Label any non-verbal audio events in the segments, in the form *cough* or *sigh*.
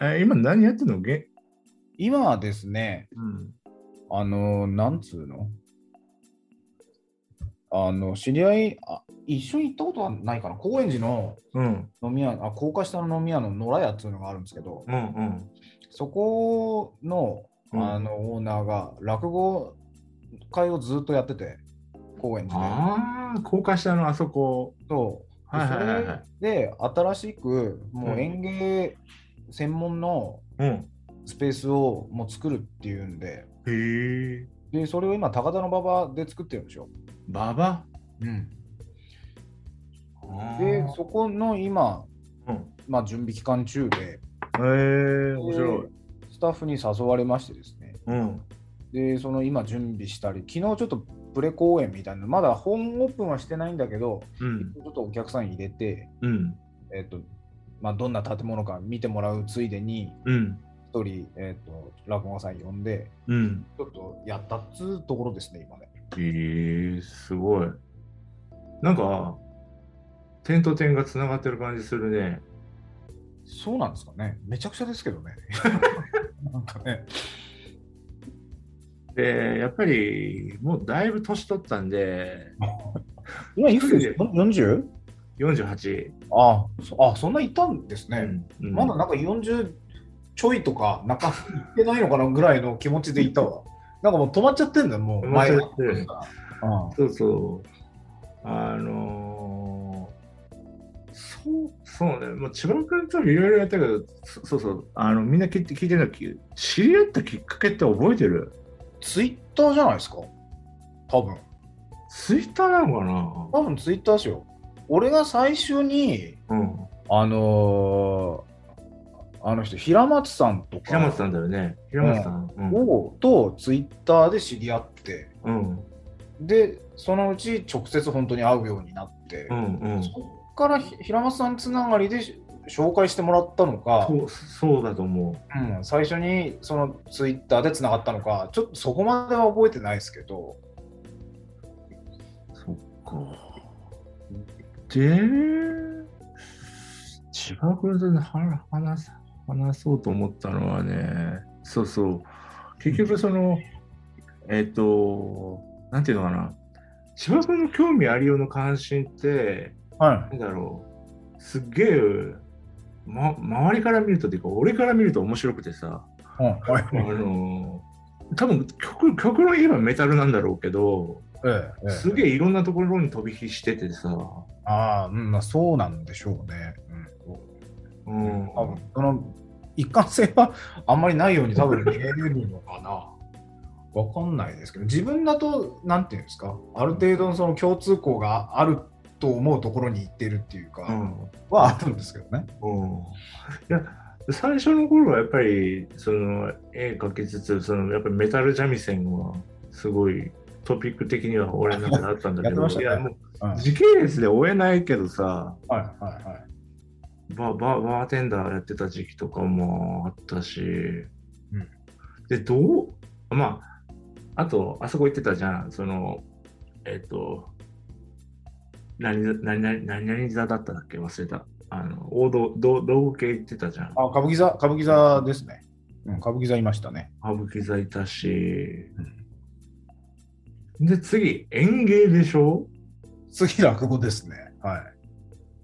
え今何やってんのげ、今はですね、うん、あの、なんつうのあの、知り合い、あ一緒に行ったことはないかな。高円寺のうん、飲み屋、あ、高架下の飲み屋の野良屋っていうのがあるんですけど、うん、うん。そこのうんあのオーナーが落語会をずっとやってて、高円寺で。ああ、高架下のあそこ。そうはいはいはいはい。で、新しくもうんう園芸専門のうん。スペースをもう作るっていうんで、へえ。でそれを今、高田の馬場で作ってるんでしょ。ババうん、あでー、そこの今、うん。まあ、準備期間中で、へえ、面白いで。スタッフに誘われましてですね、うん。で、その今準備したり、昨日ちょっとプレ公演みたいな、まだホームオープンはしてないんだけど、うん。ちょっとお客さん入れて、うん。えっとまあ、どんな建物か見てもらうついでに、うん。一人、えっと落語家さん呼んで、うん。ちょっとやったっつうところですね、今ね。えー、すごい。なんか、点と点がつながってる感じするね。そうなんですかね。めちゃくちゃですけどね。 *laughs* なんかね。で、やっぱり、もうだいぶ年取ったんで、今、いくくつつでですす ?40? 48。ああそあ、そんな行ったんですね。うんまだなんか40ちょいとか、なんか行ってないのかなぐらいの気持ちでい *laughs* たわ。なんかもう止まっちゃってんだよ、もう止まっちゃっがてるうんそうそう。あのーそう、そうね。もう千葉君ともいろいろやったけど、そそうそう。あの、みんな聞いて聞いてるのき知り合ったきっかけって覚えてるツイッターじゃないですか。多分。ツイッターなの多分ツイッターですよ。俺が最初に、かなうん。あのーあの人、平松さんと平松さかんだよね。平松さん。うん。をとツイッターで知り合って、うん。で、そのうち直接本当に会うようになって、うん。うん。そっからひ平松さんつながりでし紹介してもらったのか、そうそうだと思う。うん、最初にそのツイッターでつながったのか、ちょっとそこまでは覚えてないですけど、そっか。で、千葉君とは話す話そうと思ったのはね、そうそう、結局その、えっ、と、なんていうのかな、千葉君の興味ありようの関心って、はなんだろう、すっげえ、ま、周りから見るとっていうか、俺から見ると面白くてさ、い、うんはいあの、多分曲曲の言えばメタルなんだろうけど、ええすげえいろんなところに飛び火しててさ、ああ、うん、まあそうなんでしょうね。ううん、ん、多分その一貫性は *laughs* あんまりないように多分見えるのかな。わかんないですけど、自分だと、なんていうんですか、ある程度のその共通項があると思うところに行ってるっていううか、んはあるんですけどね。うん、いや最初の頃はやっぱりその絵描きつつそのやっぱりメタル三味線はすごいトピック的には俺の中であったんだけやど、ってましたいねやもうん、はうい時系列で追えないけどさはいはい。バババーテンダーやってた時期とかもあったし、んでどうまああとあそこ行ってたじゃんそのえっ、と何々何々何々座だっただっけ忘れたあの王道道道具系行ってたじゃんあ、歌舞伎座、歌舞伎座ですね。うん、歌舞伎座いましたね。歌舞伎座いたし、で次演芸でしょ次、落語ですね。は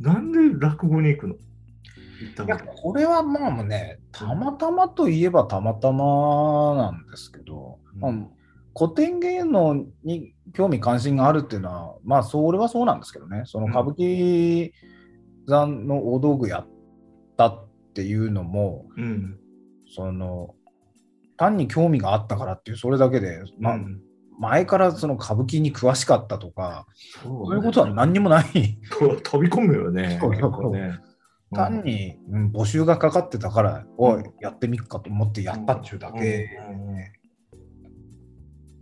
い。なんで落語に行くの行ったいやのこれはまあもうね、たまたまといえばたまたまなんですけど、うんまあ古典芸能に興味関心があるっていうのは、まあ、それはそうなんですけどね、その歌舞伎座の大道具やったっていうのも、うんその単に興味があったからっていう、それだけで、まあうん前からその歌舞伎に詳しかったとか、そそういうことは何にもない、と飛び込むよね。そうそうそうね単に、うん募集がかかってたから、おい、やってみっかと思ってやったっちゅうだけ。うんうん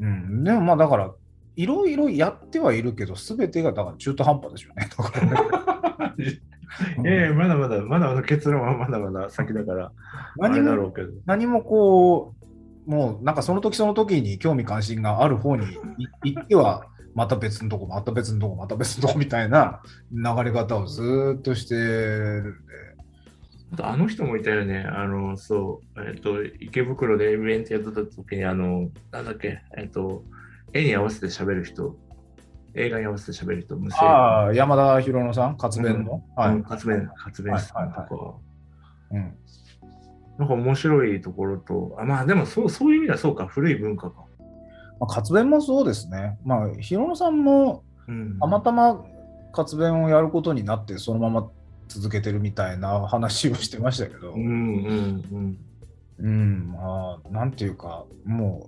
うん、でもまあだから、いろいろやってはいるけど、すべてがだから中途半端でしょうね。だからね *laughs* いやいやまだまだまだまだ結論はまだまだ先だからあ何れだろもうけど何もこう、もうなんかその時その時に興味関心がある方にい *laughs* 行っては、また別のとこ、また別のとこ、また別のとこみたいな流れ方をずーっとしてるんで、あとあの人もいたよね。あの、そう、えっと、池袋でイベントやってた時に、あの、なんだっけ、えっと、絵に合わせて喋る人、映画に合わせて喋る人、無声。ああ、山田博之さん、活弁の、はい、うん、活弁、活弁室とか、はいはいうん。なんか面白いところと、あまあでもそうそういう意味ではそうか、古い文化か。まあ、活弁もそうですね。まあ、ヒロノさんもうん、たまたま活弁をやることになって、そのまま続けてるみたいな話をしてましたけど、うんうんうん。うん、まあ、なんていうか、も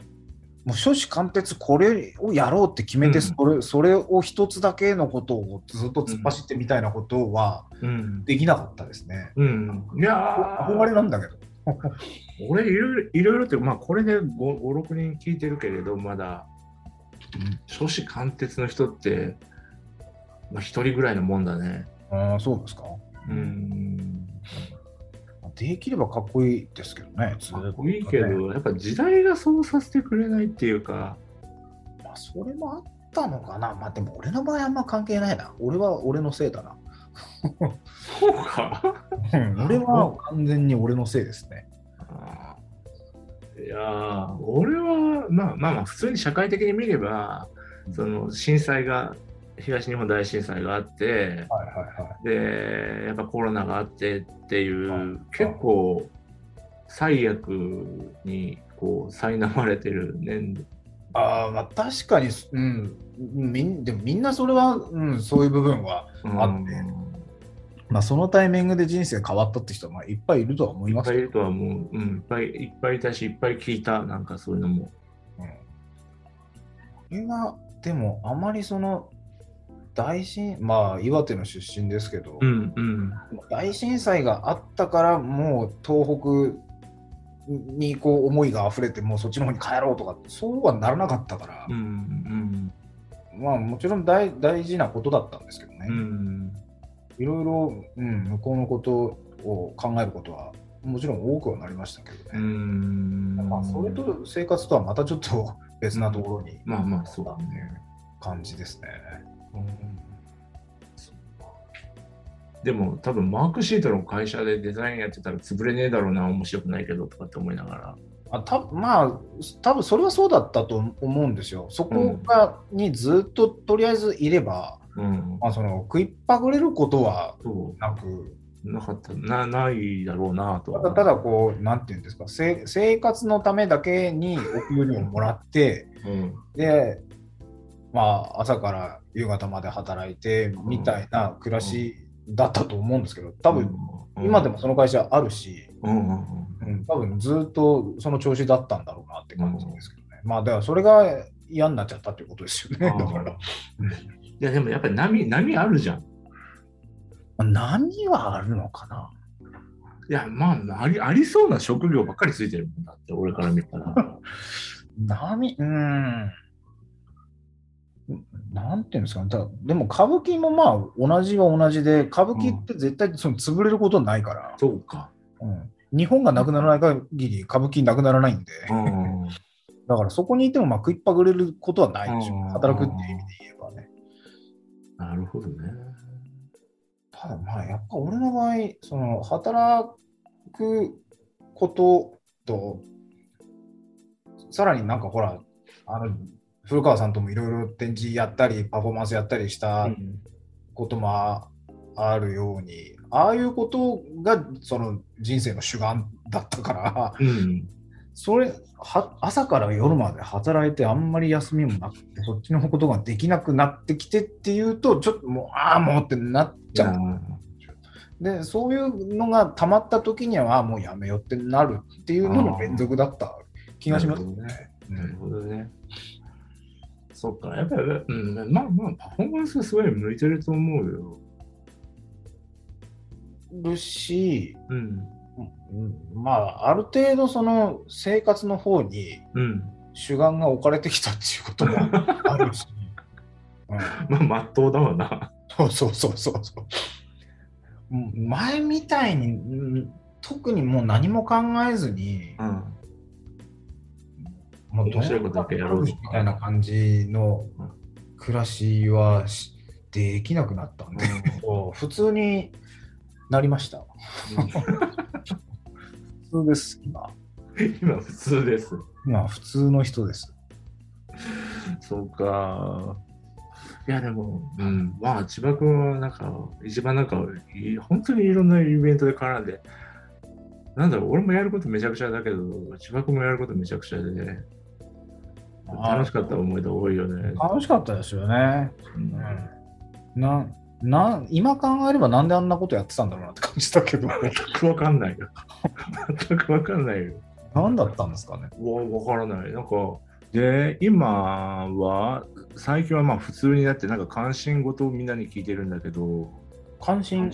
う、もう初子貫徹、これをやろうって決めうて、んそれそれを一つだけのことをずっと突っ走ってみたいなことはうん、できなかったですね。うん、いやー憧れなんだけど。俺いろいろいろいろってまあこれで56人聞いてるけれどまだうん初子貫徹の人って、まあ、一人ぐらいのもんだねああ、そうですか。うんできればかっこいいですけどね、ずっかとっこいいけねどやっぱ時代がそうさせてくれないっていうかまあ、それもあったのかな。まあ、でも俺の場合あんま関係ないな。俺は俺のせいだな。そうか俺は完全に俺のせいですね。あーいやー俺はまあまあまあ普通に社会的に見ればその震災が東日本大震災があってはいはいはい。でやっぱコロナがあってっていうあ結構最悪にこう苛まれてる年度ああ、まあ確かに、うん、みんでもみんなそれは、うん、そういう部分は、あってまあ、そのタイミングで人生変わったって人はまあいっぱいいるとは思いいっますぱいけいどるとはもう、うん、いっぱいいっぱいいたしいっぱい聞いたなんかそういうのもうんこれは、でもあまりその、大震まあ岩手の出身ですけど、うんうん大震災があったからもう東北にこう思いが溢れてもうそっちの方に帰ろうとかそうはならなかったからう、んまあもちろん大大事なことだったんですけどね、うんうんいろいろ、うん、向こうのことを考えることはもちろん多くはなりましたけどうね、んまあ、それと生活とはまたちょっと別なところにまあまあそうだね感じですね。でも多分マークシートの会社でデザインやってたら潰れねえだろうな面白くないけどとかって思いながらあたまあ多分それはそうだったと思うんですよ。そこが、にずっととりあえずいれば、うんまあ、その食いっぱぐれることはそうなく、なかったなないだろうなとたはだただこう、なんていうんですか、せ生活のためだけにお給料をもらって、うんで、まあ、朝から夕方まで働いてみたいな暮らしだったと思うんですけど、多分、今でもその会社あるし、うんうんうんうん、多分ずっとその調子だったんだろうなって感じですけどね。まあ、だからそれが嫌になっちゃったっていうことですよね。あーだから。いやでもやっぱり波波あるじゃんまあ波はあるのかな。いやまあありありそうな職業ばっかりついてるもんだって俺から見た *laughs* ら波、うーん。なんていうんですかね、ただでも歌舞伎もまあ同じは同じで、歌舞伎って絶対その潰れることないから、そうかうん日本がなくならない限り歌舞伎なくならないんで、うんだからそこにいてもまあ食いっぱぐれることはないでしょ、うん働くっていう意味で言えばね。なるほどねただまあやっぱ俺の場合、その働くことと、さらになんかほら、あの古川さんともいろいろ展示やったり、パフォーマンスやったりしたうんこともああるように、ああいうことがその人生の主眼だったから、 *laughs* うんそれは朝から夜まで働いてあんまり休みもなくて、そっちのことができなくなってきてっていうと、ちょっともう、ああ、もうってなっちゃう。で、そういうのが溜まった時には、ああ、もうやめようってなるっていうのの連続だった気がしますねなる。うんなるほどね。そっか、やっぱり、うん、まあまあ、パフォーマンスはすごい向いてると思うよ。るし、うん。うんまあ、ある程度その生活の方にうん。主眼が置かれてきたっていうこともあ *laughs* るし、うん、まあ、まっとうだわな。そうそうそうそうそう。うん前みたいに、うん特にもう何も考えずに、ん。もう面白いことだけやろうどにもなくみたいな感じの暮らしはしできなくなったんで、普通になりました。通です、今。 *laughs* 今普通です。今、普通の人です。そうか。いやでも、うん、まあ千葉君はなんか一番なんかい本当にいろんなイベントで絡んで、なんだろう、俺もやることめちゃくちゃだけど、千葉君もやることめちゃくちゃでね、楽しかった思い出多いよね。楽しかったですよね。うんなな今考えればなんであんなことやってたんだろうなって感じだけど全くわかんないよ。全くわかんないよ。 *laughs* 何だったんですかねわわからない。なんか、で、今は、最近はまあ普通になって、なんか関心事をみんなに聞いてるんだけど、関心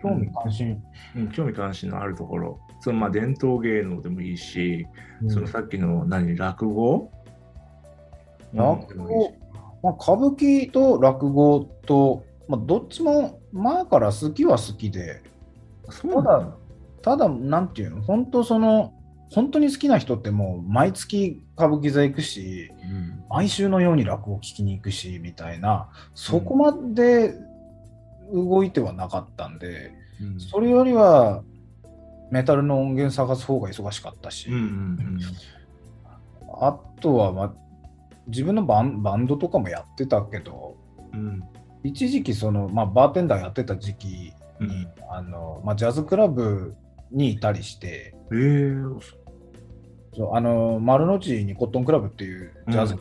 興味関心、うん、興味関心のあるところ、そのまあ伝統芸能でもいいし、そのさっきの何、落語落でもいいし語、まあ、歌舞伎と落語と、まあ、どっちも前から好きは好きでそうなんだ。ただなんていうの本当その本当に好きな人ってもう毎月歌舞伎座行くしうん毎週のように落語聞きに行くしみたいなそこまで動いてはなかったんで、うんそれよりはメタルの音源探す方が忙しかったし、うんうんあとは、ま、自分のバンバンドとかもやってたけどうんうん一時期その、まあ、バーテンダーやってた時期うにん、あのまあ、ジャズクラブにいたりしてえー、そうあの丸の内にコットンクラブっていうジャズ、うん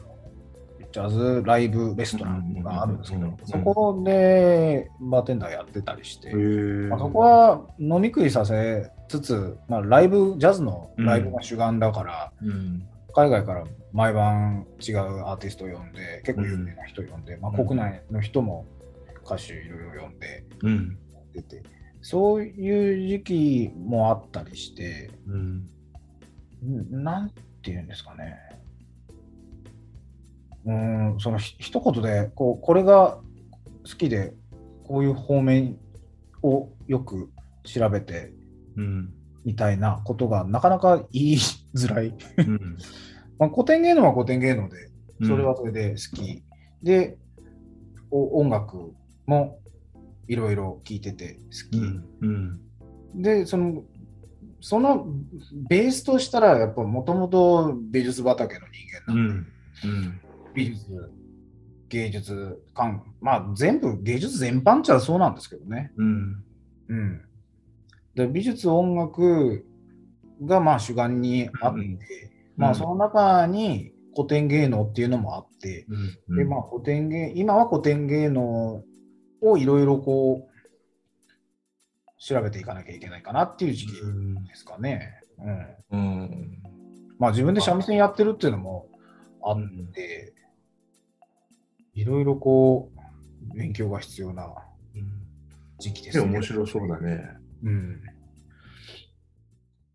ジャズライブレストランがあるんですけど、うんうんうんうんそこでバーテンダーやってたりして。えー、まあ、そこは飲み食いさせつつ、まあ、ライブジャズのライブが主眼だから、うん、海外から毎晩違うアーティストを呼んで結構有名な人呼んで、まあ、うん国内の人も歌手いろいろ呼んでうん、出てそういう時期もあったりしてうん、んなんて言うんですかねうんそのひ一言でこうこれが好きでこういう方面をよく調べて *laughs* うん、みたいなことがなかなか言いづらい。 *laughs* うん、まあ、古典芸能は古典芸能で、それはそれで好き。で、お音楽もいろいろ聴いてて好うき。ん、うん、で、その、そのベースとしたら、やっぱもともと美術畑のう人間なんで、ん、うん、美術、芸術関、まあ全部、芸術全般っちゃそうなんですけどね。うん、うん、で美術音楽がまあ主眼にあって、うんまうあ、んその中に古典芸能っていうのもあって、うん、でまあ、古典芸今は古典芸能をいろいろこう調べていかなきゃいけないかなっていう時期うん、ですかね。ううんん、まあ、自分で三味線やってるっていうのもああっていろいろこう勉強が必要な時期ですで面白そうだね。うん